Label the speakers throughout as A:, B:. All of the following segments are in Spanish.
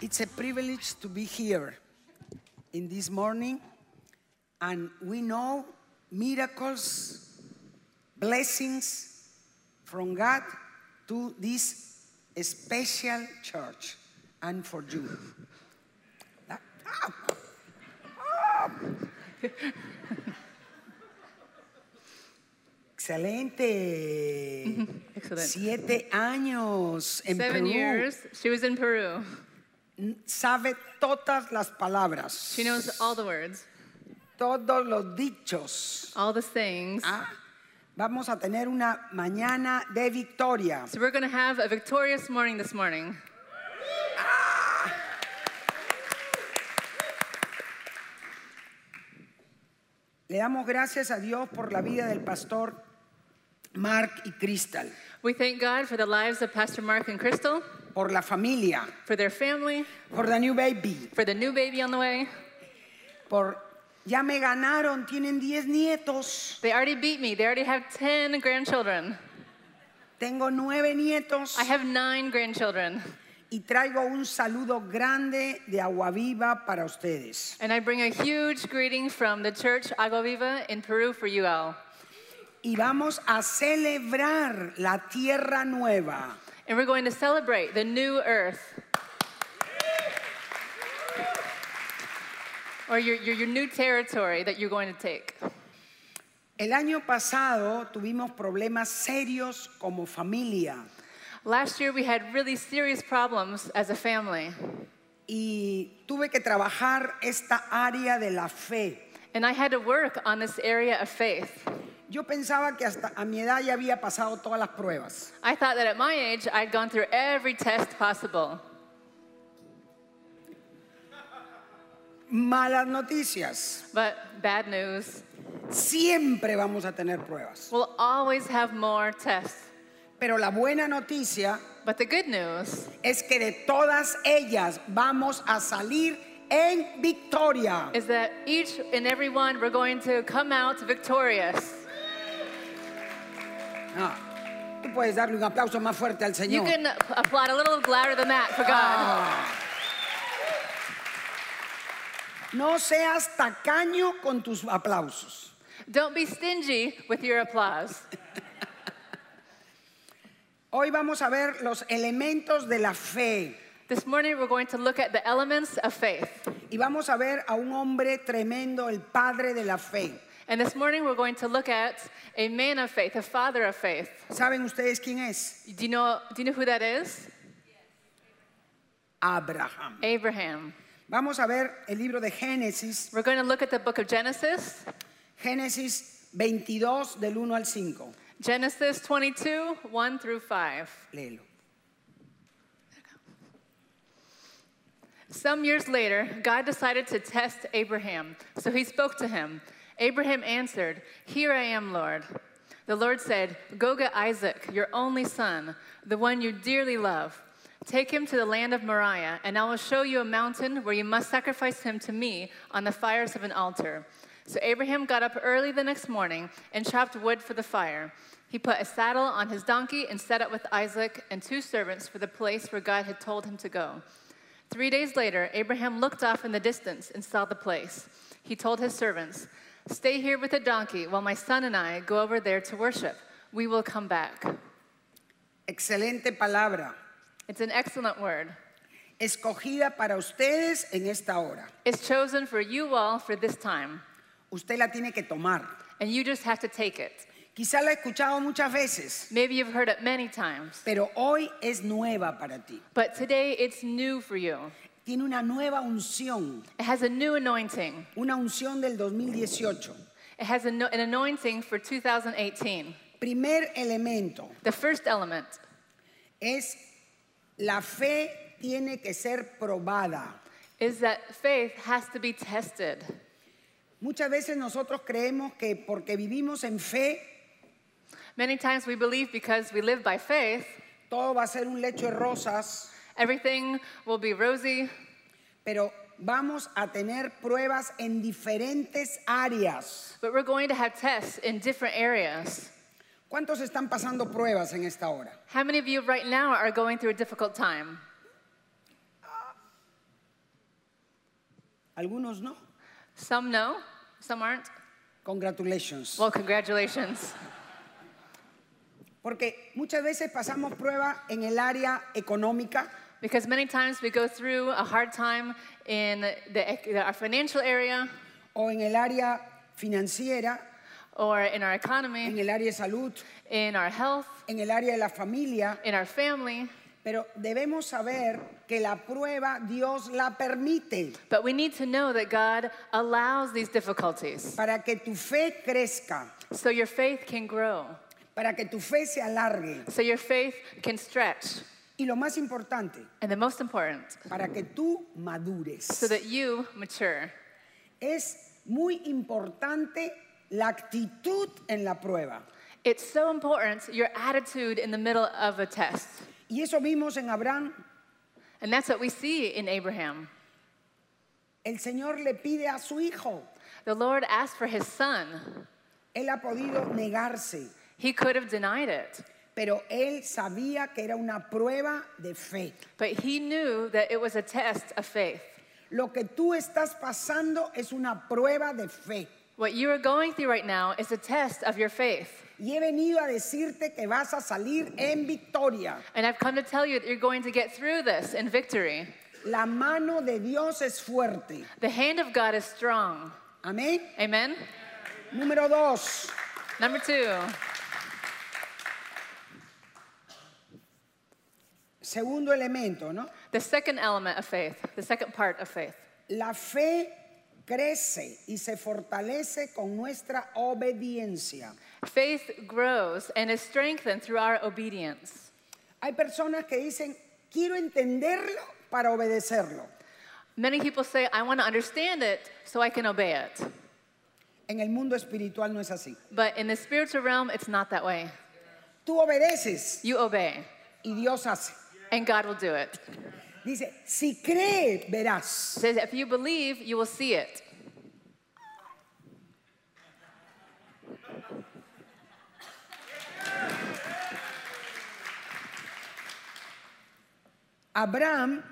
A: It's a privilege to be here in this morning, and we know miracles, blessings from God to this special church and for you. Ah, ah, ah. Excelente.
B: Excellent.
A: Siete años en
B: Seven
A: Perú.
B: years. She was in Peru.
A: Sabe todas las palabras,
B: She knows all the words,
A: todos los dichos.
B: all the sayings.
A: ¿ah? Vamos a tener una mañana de victoria.
B: So we're going to have a victorious morning this morning.
A: Le damos gracias a Dios por la vida del pastor Mark y Crystal,
B: We thank God for the lives of Pastor Mark and Crystal,
A: por la familia,
B: for their family,
A: por The New Baby,
B: for the new baby on the way.
A: por ya me ganaron, tienen 10 nietos,
B: They already beat me. They already have 10 grandchildren.
A: tengo nueve nietos
B: I have nine grandchildren.
A: y traigo un saludo grande de agua viva para ustedes.
B: And I bring a huge greeting from the church Agua Viva in Peru for you all.
A: Y vamos a celebrar la tierra nueva.
B: And we're going to celebrate the new earth. Or your, your, your new territory that you're going to take.
A: El año pasado tuvimos problemas serios como familia
B: Last year, we had really serious problems as a family,
A: y tuve que trabajar esta área de la fe.
B: and I had to work on this area of faith.
A: Yo pensaba que hasta a mi edad ya había pasado todas las pruebas.
B: I thought that at my age, I'd gone through every test possible.
A: Malas noticias.
B: But bad news
A: Siempre vamos a tener pruebas.
B: we'll always have more tests.
A: Pero la buena noticia
B: But the good news
A: es que de todas ellas vamos a salir en victoria.
B: is that each and every one, we're going to come out victorious.
A: Ah, tú puedes darle un aplauso más fuerte al
B: You
A: Señor.
B: can applaud a little louder than that for God.
A: Ah. No seas tacaño con tus aplausos.
B: Don't be stingy with your applause.
A: Hoy vamos a ver los elementos de la fe
B: This morning, we're going to look at the elements of faith.
A: y vamos a ver a un hombre tremendo, el padre de la fe.
B: And this morning, we're going to look at a man of faith, a father of faith.
A: ¿Saben ustedes quién es?
B: Do you know, do you know who that is?
A: Abraham.
B: Abraham.
A: Vamos a ver el libro de Génesis,
B: We're going to look at the book of Genesis,
A: Génesis 22 del 1 al 5.
B: Genesis 22, 1 through 5.
A: Léelo.
B: Some years later, God decided to test Abraham, so he spoke to him. Abraham answered, Here I am, Lord. The Lord said, Go get Isaac, your only son, the one you dearly love. Take him to the land of Moriah, and I will show you a mountain where you must sacrifice him to me on the fires of an altar. So Abraham got up early the next morning and chopped wood for the fire. He put a saddle on his donkey and set out with Isaac and two servants for the place where God had told him to go. Three days later, Abraham looked off in the distance and saw the place. He told his servants, Stay here with the donkey while my son and I go over there to worship. We will come back.
A: Excelente palabra,
B: It's an excellent word.
A: escogida para ustedes en esta hora.
B: It's chosen for you all for this time,
A: Usted la tiene que tomar.
B: and you just have to take it.
A: Quizá la he escuchado muchas veces,
B: Maybe you've heard it many times,
A: pero hoy es nueva para ti.
B: but today it's new for you.
A: Tiene una nueva unción,
B: It has a new anointing,
A: una unción del 2018.
B: it has an an anointing for 2018.
A: Primer elemento
B: The first element
A: es la fe tiene que ser probada.
B: is that faith has to be tested.
A: Muchas veces nosotros creemos que porque vivimos en fe,
B: Many times we believe because we live by faith,
A: todo va a ser un lecho de rosas,
B: everything will be rosy,
A: pero vamos a tener pruebas en diferentes áreas.
B: but we're going to have tests in different areas.
A: ¿Cuántos están pasando pruebas en esta hora?
B: How many of you right now are going through a difficult time?
A: Algunos no.
B: Some know, some aren't.
A: Congratulations.
B: Well, congratulations.
A: Porque muchas veces pasamos prueba en el área económica,
B: Because many times we go through a hard time in the, ec- our financial area
A: o en el área financiera,
B: or in our
A: en
B: economy,
A: el área de salud,
B: in our health,
A: en el área de la familia,
B: in our family.
A: pero debemos saber que la prueba Dios la permite
B: But we need to know that God allows these difficulties
A: para que tu fe crezca,
B: so your faith can grow,
A: para que tu fe se alargue
B: so your faith can stretch,
A: y lo más importante,
B: and the most important,
A: para que tú madures.
B: so that you mature.
A: Es muy importante la actitud en la prueba.
B: It's so important your attitude in the middle of a test.
A: Y eso vimos en Abraham.
B: And that's what we see in Abraham.
A: El Señor le pide a su hijo.
B: The Lord asked for his son.
A: Él ha podido negarse,
B: He could have denied it,
A: pero él sabía que era una prueba de fe.
B: but he knew that it was a test of faith.
A: Lo que tú estás pasando es una prueba de fe.
B: What you are going through right now is a test of your faith.
A: Y he venido a decirte que vas a salir en victoria.
B: And I've come to tell you that you're going to get through this in victory.
A: La mano de Dios es fuerte.
B: The hand of God is strong.
A: Amén.
B: Amen.
A: Número dos,
B: Number two,
A: segundo elemento, ¿no?
B: the second element of faith, the second part of faith.
A: La fe crece y se fortalece con nuestra obediencia.
B: Faith grows and is strengthened through our obedience.
A: Hay personas que dicen, quiero entenderlo para obedecerlo.
B: Many people say, I want to understand it so I can obey it.
A: En el mundo espiritual no es así.
B: But in the spiritual realm, it's not that way.
A: Tú obedeces
B: You obey,
A: y Dios hace.
B: and God will do it.
A: Dice, si cree, verás.
B: It says, if you believe, you will see it.
A: Abraham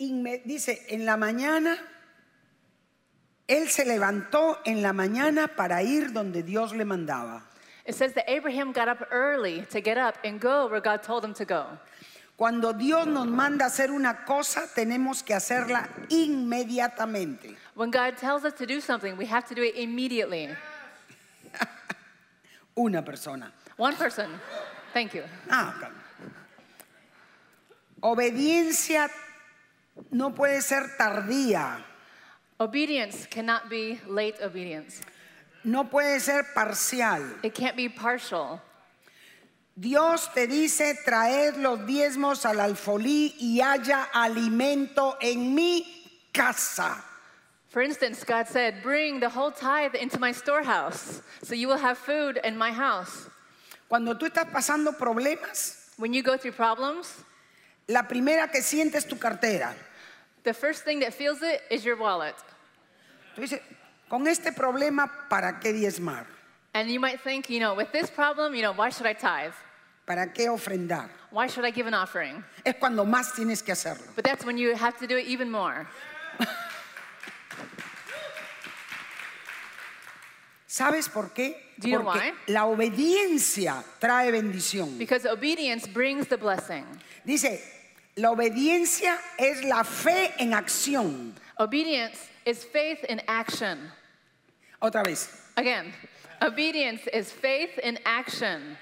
A: inme- dice, en la mañana, él se levantó en la mañana para ir donde Dios le mandaba.
B: It says that Abraham got up early to get up and go where God told him to go.
A: Cuando Dios nos manda hacer una cosa, tenemos que hacerla inmediatamente.
B: When God tells us to do something, we have to do it immediately.
A: Una persona.
B: One person. Thank you.
A: Ah, ok. Obediencia no puede ser tardía,
B: Obedience cannot be late obedience.
A: no puede ser parcial.
B: It can't be partial.
A: Dios te dice, traed los diezmos al alfolí y haya alimento en mi casa.
B: For instance, God said, Bring the whole tithe into my storehouse, so you will have food in my house.
A: Cuando tú estás pasando problemas,
B: When you go through problems,
A: la primera que sientes es tu cartera.
B: the first thing that feels it is your wallet.
A: Tú dices, con este problema, ¿para qué diezmar?
B: And you might think, you know, with this problem, you know, why should I tithe?
A: ¿Para qué ofrendar?
B: Why should I give an offering?
A: Es cuando más tienes que hacerlo.
B: But that's when you have to do it even more.
A: ¿Sabes por qué?
B: Do you know
A: Porque
B: why?
A: la obediencia trae bendición.
B: Because obedience brings the blessing.
A: Dice, la obediencia es la fe en acción.
B: Obedience is faith in action.
A: Otra vez.
B: Again, obedience is faith in action.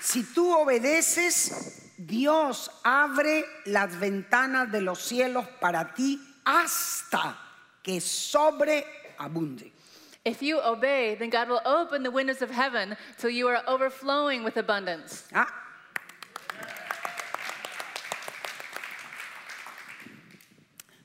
A: Si tú obedeces, Dios abre las ventanas de los cielos para ti hasta que sobreabunde.
B: If you obey, then God will open the windows of heaven till you are overflowing with abundance.
A: Ah.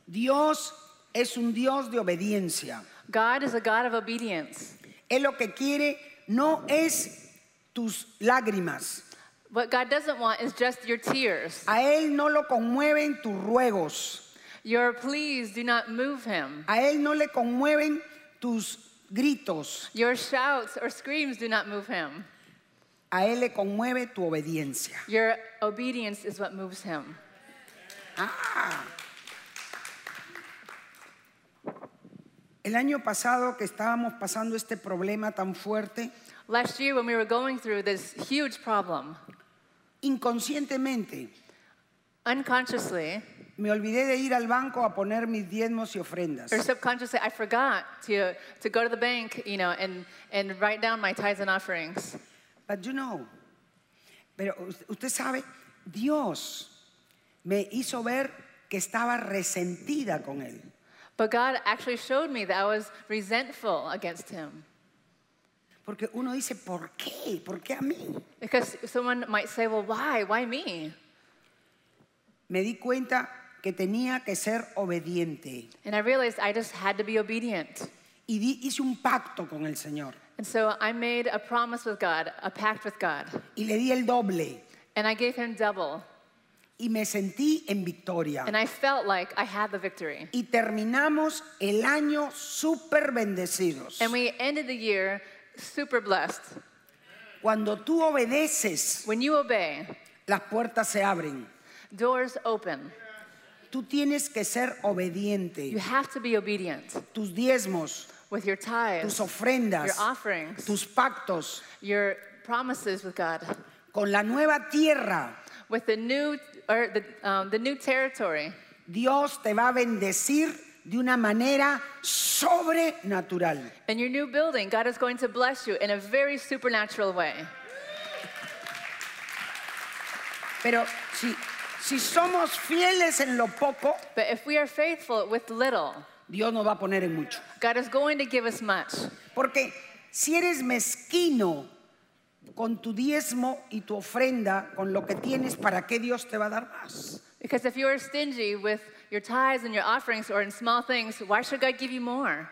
A: Dios es un Dios de obediencia.
B: God is a God of obedience.
A: Él lo que quiere no es tus lágrimas.
B: What God doesn't want is just your tears.
A: A Él no lo conmueven tus ruegos.
B: Your pleas do not move him.
A: A Él no le conmueven tus gritos.
B: Your shouts or screams do not move him.
A: A Él le conmueve tu obediencia.
B: Your obedience is what moves him.
A: El año pasado que estábamos pasando este problema tan fuerte,
B: Last year, when we were going through this huge problem,
A: inconscientemente
B: unconsciously
A: me olvidé de ir al banco a poner mis diezmos y ofrendas.
B: or subconsciously, I forgot to, to go to the bank, you know, and, and write down my tithes and offerings.
A: But you know, pero us- usted sabe, Dios me hizo ver que estaba resentida con él.
B: But God actually showed me that I was resentful against Him.
A: Porque uno dice, ¿por qué? ¿Por qué a mí?
B: Because someone might say, well, why? Why me?
A: Me di cuenta que tenía que ser obediente
B: And I realized I just had to be obedient.
A: y di- hice un pacto con el Señor
B: And so I made a promise with God, a pact with God,
A: y le di el doble
B: and I gave Him double.
A: y me sentí en victoria.
B: And I felt like I had the victory.
A: Y terminamos el año súper bendecidos.
B: And we ended the year super blessed.
A: Cuando tú obedeces,
B: When you obey,
A: las puertas se abren.
B: doors open.
A: Tú tienes que ser obediente.
B: You have to be obedient
A: tus diezmos,
B: with your
A: tus
B: tithes, your
A: ofrendas,
B: offerings,
A: tus pactos
B: your promises with God,
A: con la nueva tierra.
B: with the new or the, um, the new territory.
A: Dios te va a bendecir de una manera sobrenatural.
B: In your new building, God is going to bless you in a very supernatural way.
A: Pero si, si somos fieles en lo poco,
B: But if we are faithful with little,
A: Dios nos va a poner en mucho.
B: God is going to give us much.
A: Porque si eres mezquino con tu diezmo y tu ofrenda, con lo que tienes, ¿para qué Dios te va a dar más?
B: Because if you are stingy with your tithes and your offerings or in small things, why should God give you more?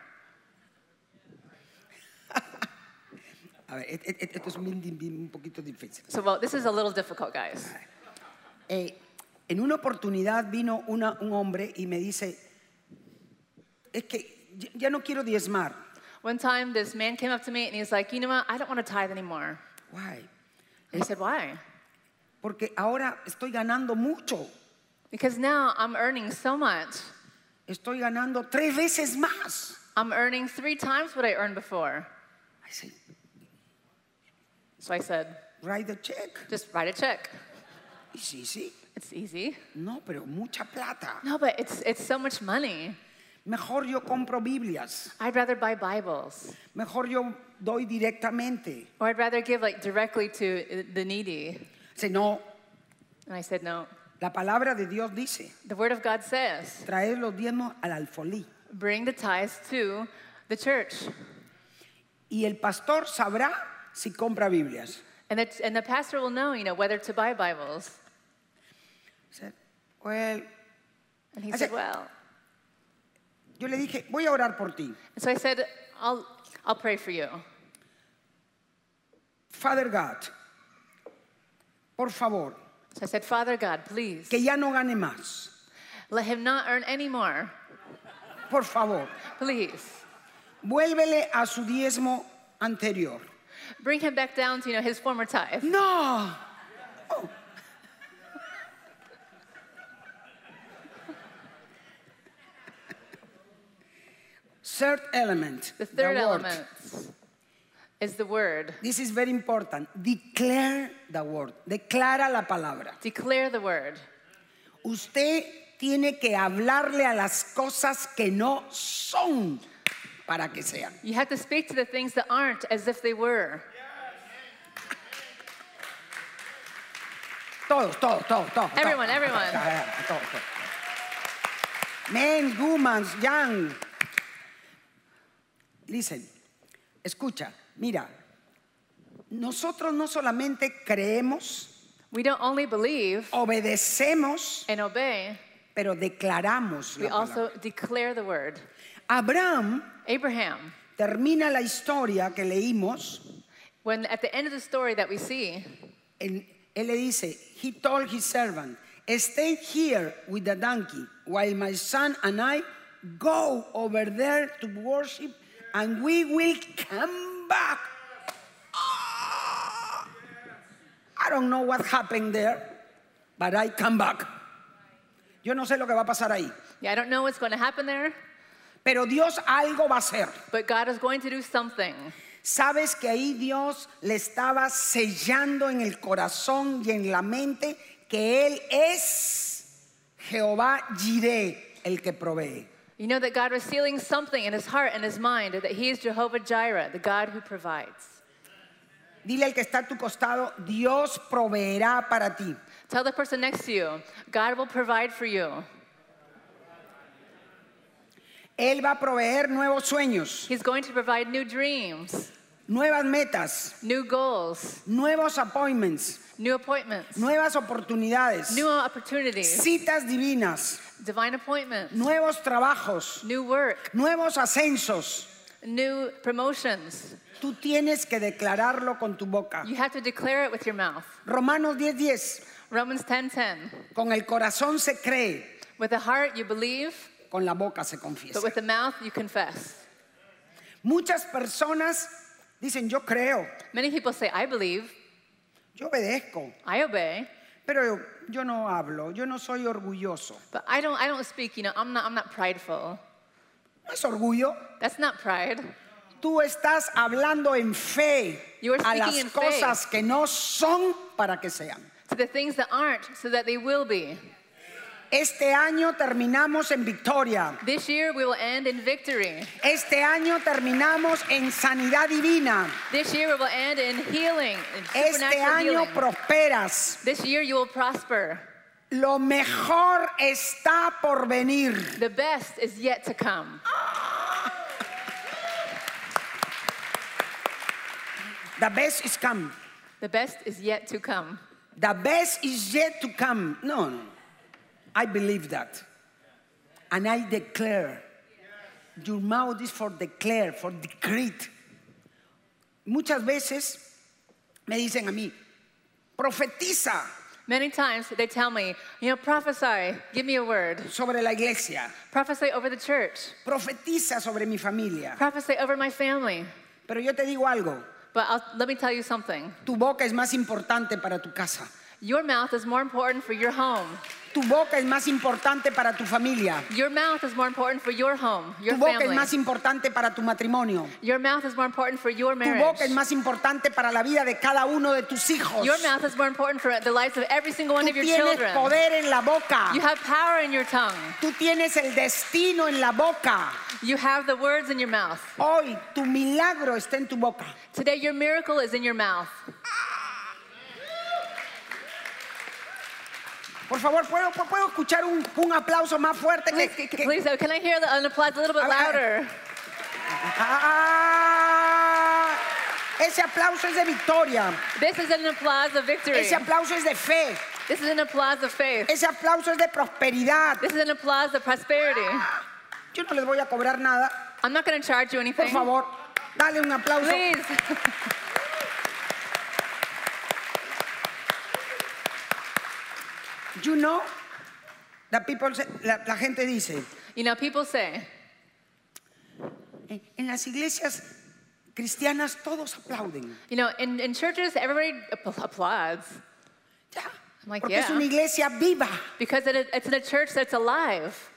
A: A ver, et- et- et- esto es bien- bien- bien- un poquito difícil.
B: So, well, this is a little difficult, guys.
A: Eh, en una oportunidad vino una- un hombre y me dice, es que ya- ya no quiero diezmar.
B: One time, this man came up to me and he's like, You know what? I don't want to tithe anymore.
A: Why?
B: And I said, Why?
A: Porque ahora estoy ganando mucho.
B: Because now I'm earning so much.
A: Estoy ganando tres veces más.
B: I'm earning three times what I earned before.
A: I said,
B: So I said,
A: write the check.
B: Just write a check.
A: Y sí, sí.
B: It's easy.
A: No, pero mucha plata.
B: No, but it's, it's so much money.
A: Mejor yo compro Biblias.
B: I'd rather buy Bibles
A: Mejor yo doy directamente.
B: or I'd rather give like directly to the needy.
A: Dice, no,
B: And I said, No.
A: la palabra de Dios dice,
B: The Word of God says,
A: traer los diezmos al alfolí.
B: Bring the tithes to the church.
A: Y el pastor sabrá si compra Biblias.
B: And the, and the pastor will know, you know, whether to buy Bibles.
A: said, "Well",
B: And he
A: I
B: said,
A: said-
B: Well,
A: yo le dije, voy a orar por ti.
B: And so I said, I'll, I'll pray for you.
A: Father God, por favor,
B: So I said, Father God, please
A: que ya no gane más.
B: let him not earn any more.
A: Por favor,
B: Please
A: vuélvele a su diezmo anterior.
B: bring him back down to you know, his former tithe.
A: No. Oh. Third element.
B: The third
A: the word.
B: element is the word.
A: This is very important. Declare the word. Declara la palabra.
B: Declare the word.
A: Usted tiene que hablarle a las cosas que no son para que sean.
B: You have to speak to the things that aren't as if they were.
A: Todos, todos, todos, todos. todos.
B: Everyone, everyone.
A: Todos, todos. Men, women, young. Listen, escucha, mira. Nosotros no solamente creemos,
B: We don't only believe
A: obedecemos,
B: and obey,
A: pero declaramos.
B: we
A: La palabra.
B: also declare the word.
A: Abraham
B: Abraham,
A: termina la historia que leímos
B: when at the end of the story that we see,
A: Él, él le dice, he told his servant, stay here with the donkey while my son and I go over there to worship and we will come back. Ah! I don't know what happened there, but I come back. Yo no sé lo que va a pasar ahí,
B: Yeah, I don't know what's going to happen there,
A: pero Dios algo va a hacer.
B: but God is going to do something.
A: Sabes que ahí Dios le estaba sellando en el corazón y en la mente que Él es Jehová Jireh, el que provee.
B: You know that God was sealing something in his heart and his mind that he is Jehovah Jireh, the God who provides.
A: Dile al que está a tu costado, Dios proveerá para ti.
B: Tell the person next to you, God will provide for you.
A: Él va a proveer nuevos sueños,
B: He's going to provide new dreams,
A: nuevas metas,
B: new goals,
A: nuevos appointments,
B: new appointments,
A: nuevas oportunidades,
B: new opportunities,
A: citas divinas,
B: divine appointments,
A: nuevos trabajos,
B: new work,
A: nuevos ascensos.
B: new promotions.
A: Tú tienes que declararlo con tu boca.
B: You have to declare it with your mouth.
A: Romanos 10:10.
B: Romans 10:10.
A: Con el corazón se cree,
B: With the heart you believe,
A: con la boca se confiesa.
B: but with the mouth you confess.
A: Muchas personas dicen, yo creo,
B: Many people say, I believe,
A: yo obedezco,
B: I obey,
A: pero yo no hablo, yo no soy orgulloso.
B: but I don't, I don't speak, you know, I'm not, I'm not prideful.
A: No es orgullo.
B: That's not pride.
A: Tú estás hablando en fe
B: You are
A: a
B: speaking
A: las
B: in
A: cosas que no son para que sean.
B: To the things that aren't, so that they will be.
A: Este año terminamos en victoria.
B: This year we will end in victory.
A: Este año terminamos en sanidad divina.
B: This year we will end in healing, in
A: Este
B: supernatural
A: año
B: healing.
A: prosperas.
B: This year you will prosper.
A: Lo mejor está por venir.
B: The best is yet to come.
A: The best is come.
B: The best is yet to come.
A: The best is yet to come. No, no. I believe that. And I declare. Your mouth is for declare, for decree. Muchas veces me dicen a mí, profetiza
B: Many times they tell me, you know, prophesy, give me a word.
A: sobre la iglesia,
B: Prophesy over the church.
A: profetiza sobre mi familia.
B: Prophesy over my family.
A: Pero yo te digo algo,
B: But I'll, let me tell you something.
A: tu boca es más importante para tu casa,
B: Your mouth is more important for your home.
A: tu boca es más importante para tu familia,
B: Your mouth is more important for your home, your
A: tu boca es
B: family.
A: más importante para tu matrimonio.
B: Your mouth is more important for your
A: Tu boca es
B: marriage.
A: más importante para la vida de cada uno de tus hijos.
B: Your mouth is more important for the lives of every single one
A: Tú
B: of your
A: tienes
B: children.
A: poder en la boca.
B: You have power in your tongue.
A: Tú tienes el destino en la boca.
B: You have the words in your mouth.
A: Hoy tu milagro está en tu boca.
B: Today, your miracle is in your mouth.
A: Por favor, ¿puedo, puedo escuchar un, un aplauso más fuerte? que-
B: Please,
A: que- que-
B: please oh, can I hear the, an applause a little bit
A: A ver, a ver.
B: louder?
A: Ah, ese aplauso es de victoria.
B: This is an applause of victory.
A: Ese aplauso es de fe.
B: This is an applause of faith.
A: Ese aplauso es de prosperidad.
B: This is an applause of prosperity.
A: Yo no les voy a cobrar nada.
B: I'm not going to charge you
A: Por
B: anything.
A: favor, dale un aplauso.
B: Please.
A: You know, the people say- la, la gente dice,
B: You know, people say,
A: en, en las iglesias cristianas todos aplauden.
B: you know, in, in churches, everybody app- applauds
A: Ya,
B: I'm like,
A: porque es
B: yeah.
A: una iglesia viva.
B: because it, it's in a church that's alive.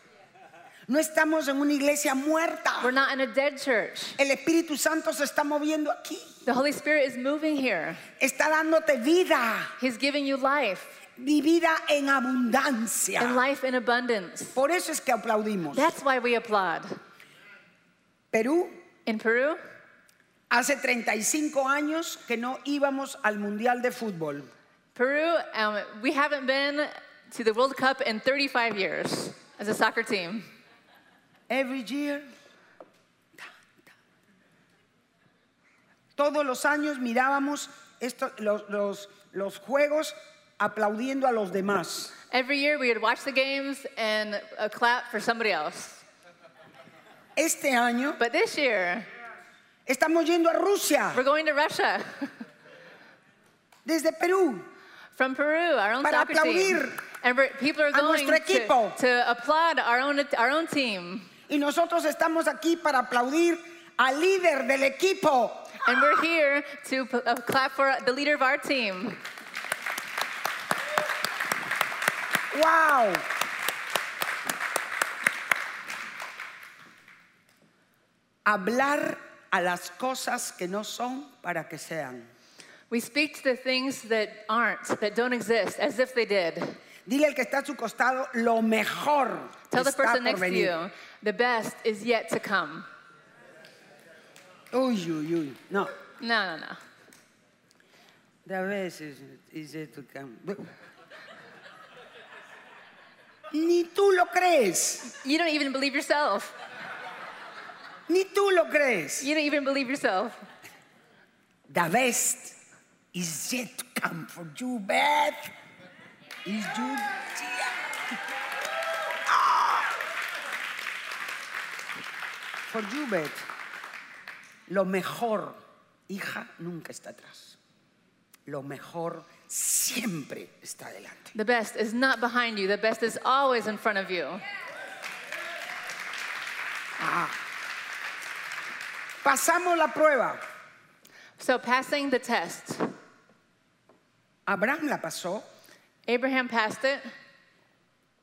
A: No estamos en una iglesia muerta.
B: We're not in a dead church.
A: El Espíritu Santo se está moviendo aquí.
B: The Holy Spirit is moving here.
A: Está dándote vida
B: He's giving you life
A: y vida en
B: and
A: abundancia.
B: life in abundance.
A: Por eso es que aplaudimos.
B: That's why we applaud.
A: Perú,
B: In Peru,
A: hace 35 años que no íbamos al Mundial de Fútbol.
B: Peru, um, we haven't been to the World Cup in 35 years as a soccer team.
A: Every year. Todos los años mirábamos esto- los, los- los juegos aplaudiendo a los demás.
B: Every year we would watch the games and uh, clap for somebody else.
A: Este año
B: But this year,
A: estamos yendo a Rusia
B: we're going to Russia
A: desde Perú.
B: from Peru, our own
A: Para
B: soccer team.
A: aplaudir
B: And we're- people are
A: a
B: going
A: nuestro
B: to,
A: equipo.
B: to applaud our own, our own team.
A: Y nosotros estamos aquí para aplaudir al líder del equipo.
B: And we're here to p- uh, clap for the leader of our team.
A: ¡Wow! hablar a las cosas que no son para que sean.
B: We speak to the things that aren't, that don't exist, as if they did.
A: Dile al que está a su costado lo mejor
B: Tell the
A: está por
B: person next to
A: venir.
B: you, the best is yet to come.
A: Uy, uy, uy. No.
B: No, no, no.
A: De veces dice tu cam- Ni tú lo crees,
B: You don't even believe yourself.
A: ni tú lo crees.
B: You don't even believe yourself.
A: The best is yet to come for you, Beth. Is you. Ah. For you, Beth. Lo mejor, hija, nunca está atrás. Lo mejor siempre está adelante.
B: The best is not behind you, the best is always in front of you.
A: Pasamos la prueba.
B: So, passing the test.
A: Abraham la pasó.
B: Abraham passed it.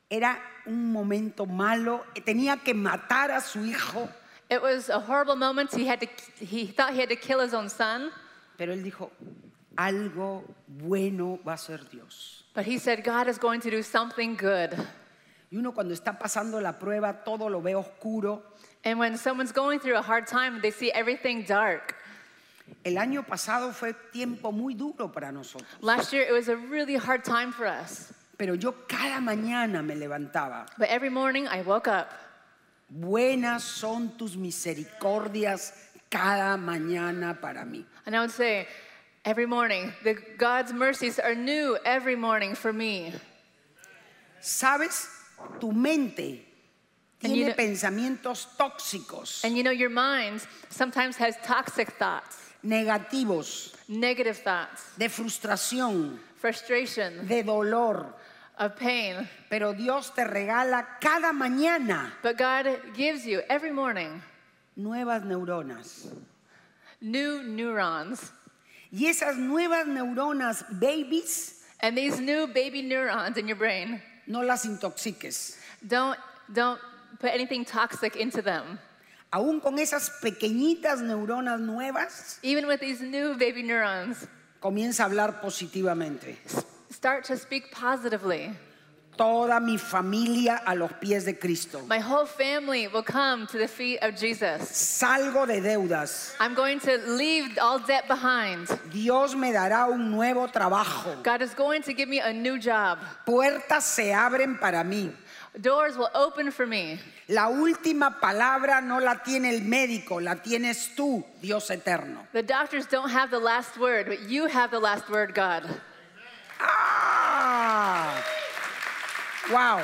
A: Era un momento malo. Tenía que matar a su hijo.
B: It was a horrible moment. He, had to, he thought he had to kill his own son,
A: Pero él dijo, algo bueno va a ser Dios.
B: but he said, God is going to do something good.
A: Y uno cuando está pasando la prueba, todo lo ve oscuro.
B: And when someone's going through a hard time, they see everything dark.
A: El año pasado fue tiempo muy duro para nosotros.
B: Last year, it was a really hard time for us.
A: Pero yo cada mañana me levantaba.
B: But every morning, I woke up.
A: Buenas son tus misericordias cada mañana para mí.
B: And I would say, every morning, the God's mercies are new every morning for me.
A: ¿Sabes? Tu mente
B: And you
A: tiene
B: know-
A: pensamientos tóxicos,
B: And you know, your mind sometimes has toxic thoughts,
A: negativos,
B: negative thoughts,
A: de frustración,
B: frustration,
A: de dolor.
B: of pain.
A: Pero Dios te regala cada mañana
B: But God gives you every morning
A: nuevas neuronas.
B: new neurons.
A: Y esas nuevas neuronas, babies,
B: And these new baby neurons in your brain,
A: no las intoxiques.
B: don't, don't put anything toxic into them.
A: Aún con esas pequeñitas neuronas nuevas,
B: Even with these new baby neurons,
A: comienza a hablar positivamente.
B: s- start to speak positively.
A: Toda mi familia a los pies de Cristo.
B: My whole family will come to the feet of Jesus.
A: Salgo de deudas.
B: I'm going to leave all debt behind.
A: Dios me dará un nuevo trabajo.
B: God is going to give me a new job.
A: Puertas se abren para mí.
B: Doors will open for me.
A: La última palabra no la tiene el médico, la tienes tú, Dios eterno.
B: The doctors don't have the last word, but you have the last word, God.
A: ¡Ah! ¡Wow!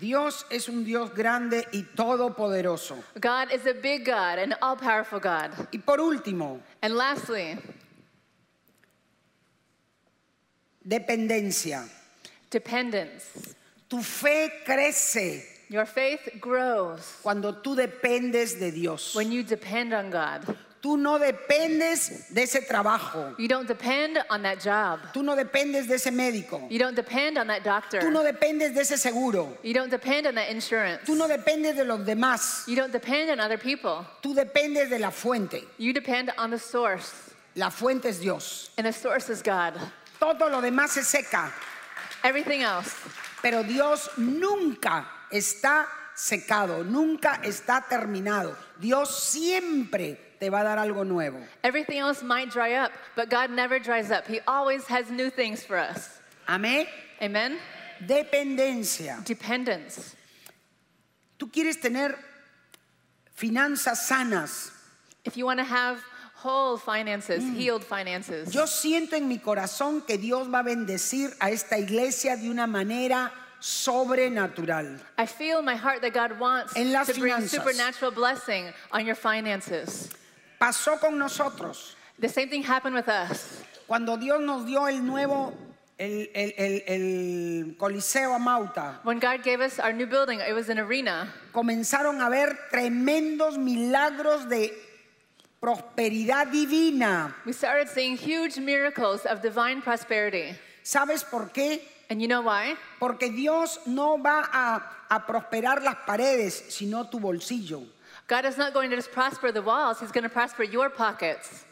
A: Dios es un Dios grande y todopoderoso.
B: God is a big God, an all powerful God.
A: Y por último,
B: And lastly,
A: dependencia.
B: dependence.
A: Tu fe crece
B: Your faith grows
A: cuando tú dependes de Dios.
B: when you depend on God.
A: Tú no dependes de ese trabajo.
B: You don't depend on that job.
A: Tú no dependes de ese médico.
B: You don't depend on that doctor.
A: Tú no dependes de ese seguro.
B: You don't depend on that insurance.
A: Tú no dependes de los demás.
B: You don't depend on other people.
A: Tú dependes de la fuente.
B: You depend on the source,
A: La fuente es Dios.
B: and the source is God.
A: Todo lo demás se seca.
B: Everything else.
A: Pero Dios nunca está secado, nunca está terminado. Dios siempre te va a dar algo nuevo.
B: Everything else might dry up, but God never dries up. He always has new things for us.
A: Amén.
B: Amen?
A: Dependencia.
B: Dependence.
A: Tú quieres tener finanzas sanas.
B: If you want to have whole finances, healed finances,
A: Mm. Yo siento en mi corazón que Dios va a bendecir a esta iglesia de una manera sobrenatural.
B: I feel in my heart that God wants
A: En las
B: to bring
A: finanzas.
B: supernatural blessing on your finances.
A: Pasó con nosotros.
B: The same thing happened with us.
A: Cuando Dios nos dio el nuevo, el, el- el- el Coliseo Amauta,
B: When God gave us our new building, it was an arena.
A: comenzaron a ver tremendos milagros de prosperidad divina.
B: We started seeing huge miracles of divine prosperity.
A: ¿Sabes por qué?
B: And you know why?
A: Porque Dios no va a, a prosperar las paredes, sino tu bolsillo.
B: God is not going to just prosper the walls, He's going to prosper your pockets.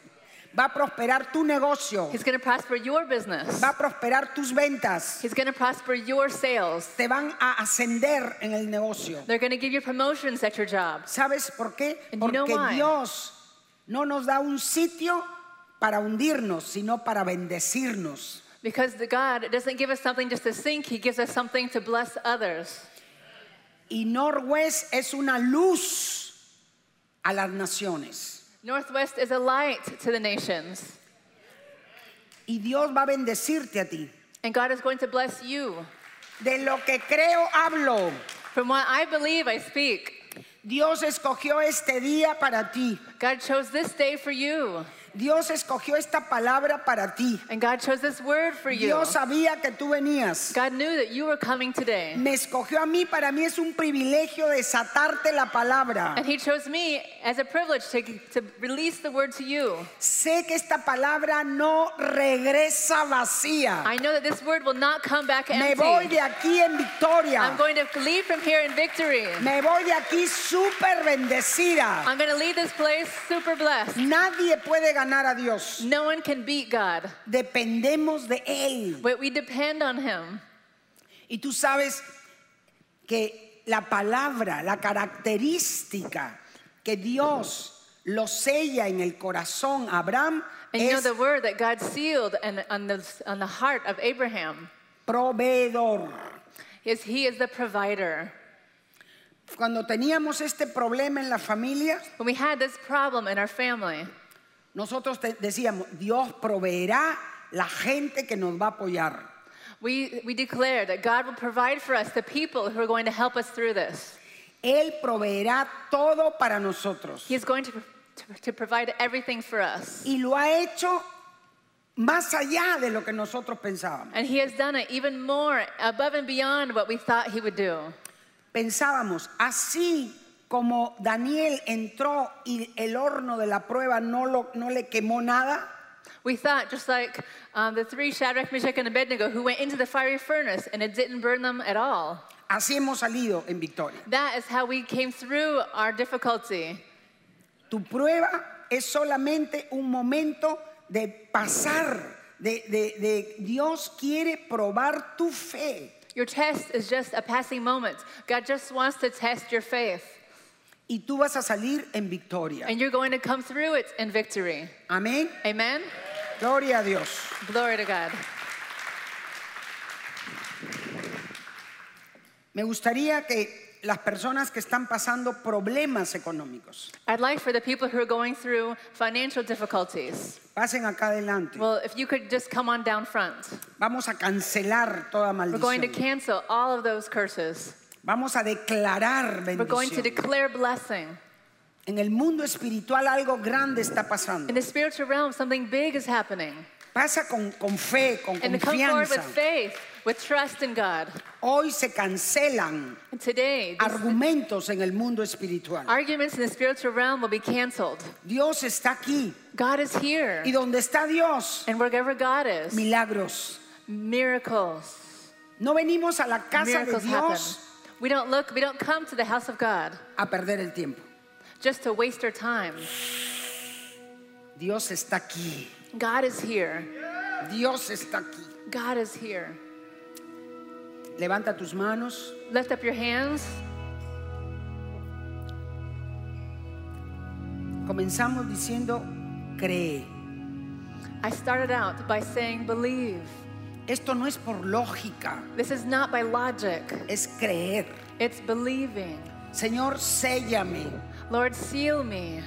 A: Va a prosperar tu negocio.
B: He's going to prosper your business.
A: Va a prosperar tus ventas.
B: He's going to prosper your sales.
A: Te van a ascender en el negocio.
B: They're going to give you promotions at your job.
A: ¿Sabes por qué?
B: And you know
A: Porque
B: why?
A: Dios no nos da un sitio para hundirnos, sino para bendecirnos.
B: Because the God doesn't give us something just to sink, He gives us something to bless others.
A: Y Norwest es una luz a las naciones.
B: Northwest is a light to the nations,
A: Y Dios va a bendecirte a ti.
B: and God is going to bless you.
A: De lo que creo hablo.
B: From what I believe, I speak.
A: Dios escogió este día para ti.
B: God chose this day for you,
A: Dios escogió esta palabra para ti.
B: and God chose this word for you.
A: Dios sabía que tú venías.
B: God knew that you were coming today,
A: Me escogió a mí, para mí es un privilegio desatarte la palabra.
B: and He chose me as a privilege to, to release the word to you.
A: Sé que esta palabra no regresa vacía.
B: I know that this word will not come back
A: Me voy
B: empty.
A: de aquí en victoria.
B: I'm going to leave from here in victory.
A: Me voy de aquí súper bendecida.
B: I'm going to leave this place super blessed.
A: Nadie puede ganar a Dios.
B: No one can beat God.
A: Dependemos de Él.
B: But we depend on him.
A: Y tú sabes que la palabra, la característica que Dios lo sella en el corazón a Abraham
B: And you know
A: es
B: the word that God sealed and on the, on the heart of Abraham
A: proveedor.
B: is he is the provider.
A: Cuando teníamos este problema en la familia,
B: When we had this problem in our family,
A: Nosotros te- decíamos, Dios proveerá la gente que nos va a apoyar.
B: we, we declared that God will provide for us the people who are going to help us through this.
A: Él proveerá todo para nosotros.
B: He is going to, to, to provide everything for us.
A: Y lo ha hecho más allá de lo que nosotros pensábamos.
B: And he has done it even more above and beyond what we thought he would do.
A: Pensábamos, así como Daniel entró y el horno de la prueba no, lo- no le quemó nada,
B: We thought, just like um, the three Shadrach, Meshach, and Abednego who went into the fiery furnace and it didn't burn them at all.
A: así hemos salido en victoria.
B: That is how we came through our difficulty.
A: Tu prueba es solamente un momento de pasar, de- de- de Dios quiere probar tu fe.
B: Your test is just a passing moment. God just wants to test your faith,
A: y tú vas a salir en victoria.
B: and you're going to come through it in victory.
A: Amén.
B: Amen?
A: Gloria a Dios.
B: Glory to God.
A: Me gustaría que las personas que están pasando problemas económicos
B: I'd like for the people who are going through financial difficulties,
A: pasen acá adelante.
B: well, if you could just come on down front.
A: Vamos a cancelar toda
B: We're going to
A: maldición.
B: cancel all of those curses.
A: Vamos a declarar
B: We're going to
A: bendición.
B: declare blessing.
A: En el mundo espiritual algo grande está pasando.
B: In the spiritual realm, something big is happening.
A: Pasa con, con fe, con
B: And to come forward with
A: confianza.
B: faith, with trust in God.
A: Hoy se cancelan
B: And today, these
A: argumentos en el mundo espiritual.
B: Arguments in the spiritual realm will be canceled.
A: Dios está aquí.
B: God is here.
A: Y donde está Dios,
B: And wherever God is,
A: milagros.
B: miracles.
A: No venimos a la casa de
B: Miracles happen.
A: Dios
B: We don't look, we don't come to the house of God
A: a perder el tiempo.
B: just to waste our time.
A: Dios está aquí.
B: God is here.
A: Dios está aquí.
B: God is here.
A: Levanta tus manos.
B: Lift up your hands.
A: Comenzamos diciendo, cree.
B: I started out by saying believe.
A: Esto no es por lógica,
B: This is not by logic,
A: es creer.
B: it's believing.
A: Señor, séllame.
B: Lord, seal me.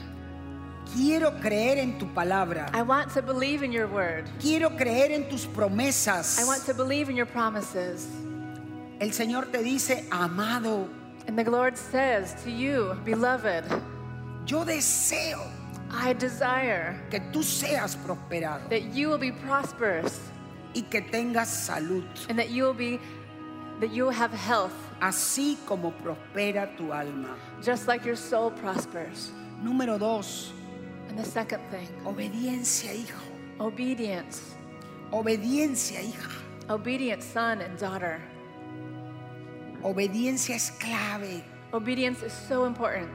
A: Quiero creer en tu palabra.
B: I want to believe in your word.
A: Quiero creer en tus
B: I want
A: promesas.
B: to believe in your promises.
A: El Señor te dice, amado,
B: And the Lord says to you, beloved,
A: yo deseo
B: I desire
A: que tú seas prosperado
B: that you will be prosperous
A: y que tengas salud,
B: and that you will be that you will have health
A: así como prospera tu alma.
B: just like your soul prospers.
A: Número dos,
B: And the second thing,
A: obediencia, hijo.
B: obedience.
A: Obediencia, hija.
B: Obedient son and daughter.
A: Obediencia es clave.
B: Obedience is so important.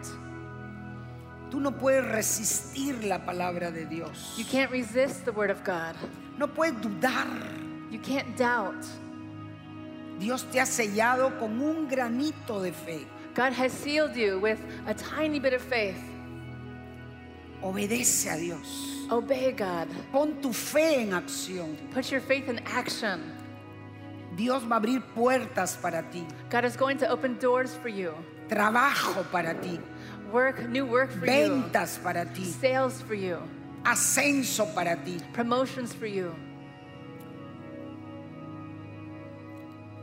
A: Tú no puedes resistir la palabra de Dios.
B: You can't resist the word of God.
A: No puedes dudar.
B: You can't doubt.
A: Dios te ha sellado con un granito de fe.
B: God has sealed you with a tiny bit of faith.
A: Obedece a Dios.
B: Obey God.
A: Pon tu fe en acción.
B: Put your faith in action.
A: Dios va a abrir puertas para ti.
B: God is going to open doors for you.
A: Trabajo para ti.
B: Work, new work for
A: Ventas para
B: you.
A: ti.
B: Sales for you.
A: Ascenso para ti.
B: Promotions for you.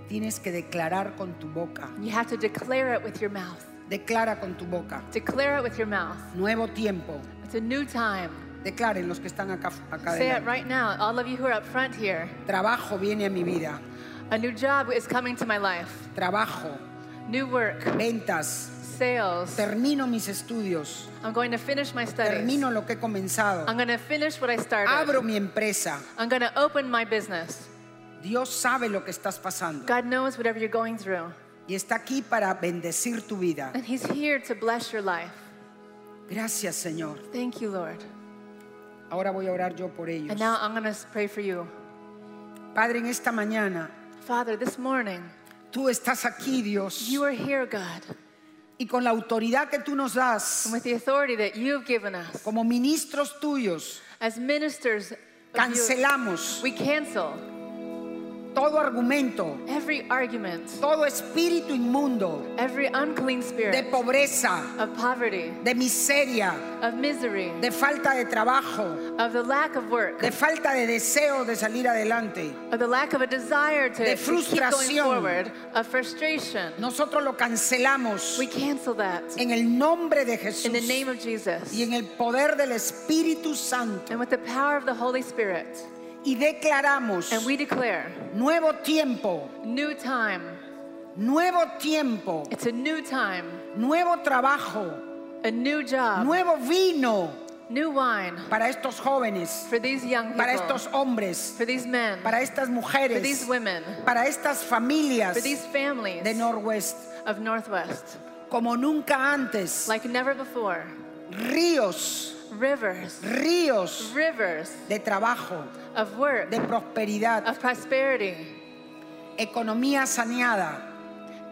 A: Tienes que declarar con tu boca.
B: You have to declare it with your mouth.
A: Declara con tu boca.
B: Declare it with your mouth.
A: Nuevo tiempo.
B: It's a new time.
A: Declaren los que están acá, acá
B: Say it
A: adelante.
B: right now, all of you who are up front here.
A: Trabajo viene a mi vida.
B: A new job is coming to my life.
A: Trabajo,
B: New work,
A: ventas.
B: sales.
A: Termino mis estudios.
B: I'm going to finish my studies.
A: Termino lo que he comenzado.
B: I'm going to finish what I started.
A: Abro mi empresa.
B: I'm going to open my business.
A: Dios sabe lo que estás pasando
B: God knows whatever you're going through,
A: y está aquí para bendecir tu vida.
B: and He's here to bless your life.
A: Gracias, Señor.
B: Thank you, Lord.
A: Ahora voy a orar yo por
B: And
A: ellos.
B: now I'm going to pray for you.
A: Padre, en esta mañana
B: Father, this morning,
A: tú estás aquí, Dios,
B: you are here, God,
A: y con la autoridad que tú nos das
B: and with the authority that you've given us.
A: como ministros tuyos,
B: As ministers, of you,
A: cancelamos
B: we cancel
A: todo argumento,
B: every argument,
A: todo espíritu inmundo
B: every unclean
A: de
B: spirit
A: pobreza,
B: of poverty,
A: de miseria,
B: of misery,
A: de falta de trabajo,
B: of the lack of work,
A: de falta de deseo de salir adelante.
B: of the lack of a desire to,
A: De
B: to keep going
A: frustración.
B: forward, of frustration.
A: Nosotros lo cancelamos
B: We cancel that
A: en el nombre de
B: in the
A: Jesús
B: name of Jesus
A: y en el poder del Espíritu Santo
B: and with the power of the Holy Spirit.
A: y declaramos
B: And we declare
A: nuevo tiempo,
B: new time.
A: nuevo tiempo,
B: It's a new time,
A: nuevo trabajo,
B: a new job,
A: nuevo vino
B: new wine
A: para estos jóvenes,
B: for these young
A: para
B: people,
A: estos hombres,
B: for these men,
A: para estas
B: for these
A: mujeres,
B: women,
A: para estas familias
B: for these families
A: de Norwest,
B: of Northwest.
A: como nunca antes,
B: Like never before,
A: ríos,
B: rivers,
A: ríos
B: rivers
A: de trabajo,
B: of work,
A: de prosperidad.
B: of prosperity,
A: Economía saneada,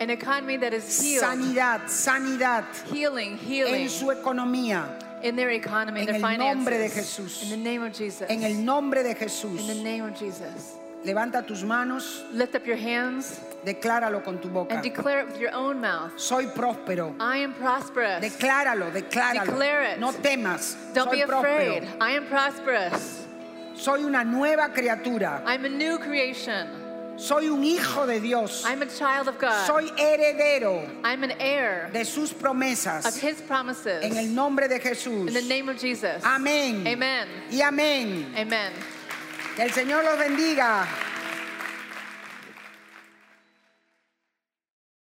B: an economy that is healed,
A: sanidad, sanidad
B: healing, healing
A: en su economía,
B: in their economy, in
A: En
B: their
A: el nombre de
B: finances.
A: Jesús.
B: In the name of Jesus.
A: en el nombre de Jesús.
B: In the name of Jesus.
A: Levanta tus manos,
B: Lift up your hands
A: decláralo con tu boca.
B: and declare it with your own mouth.
A: Soy próspero.
B: I am prosperous.
A: Decláralo, decláralo.
B: Declare it.
A: No temas.
B: Don't
A: Soy
B: be afraid.
A: próspero.
B: I am prosperous.
A: Soy una nueva criatura.
B: I'm a new creation.
A: Soy un hijo de Dios.
B: I'm a child of God.
A: Soy heredero
B: I'm an heir
A: de sus
B: of
A: promesas.
B: His promises.
A: En el nombre de Jesús.
B: In the name of Jesus.
A: Amén.
B: Amen.
A: Y amén.
B: Amen.
A: Que el Señor los bendiga.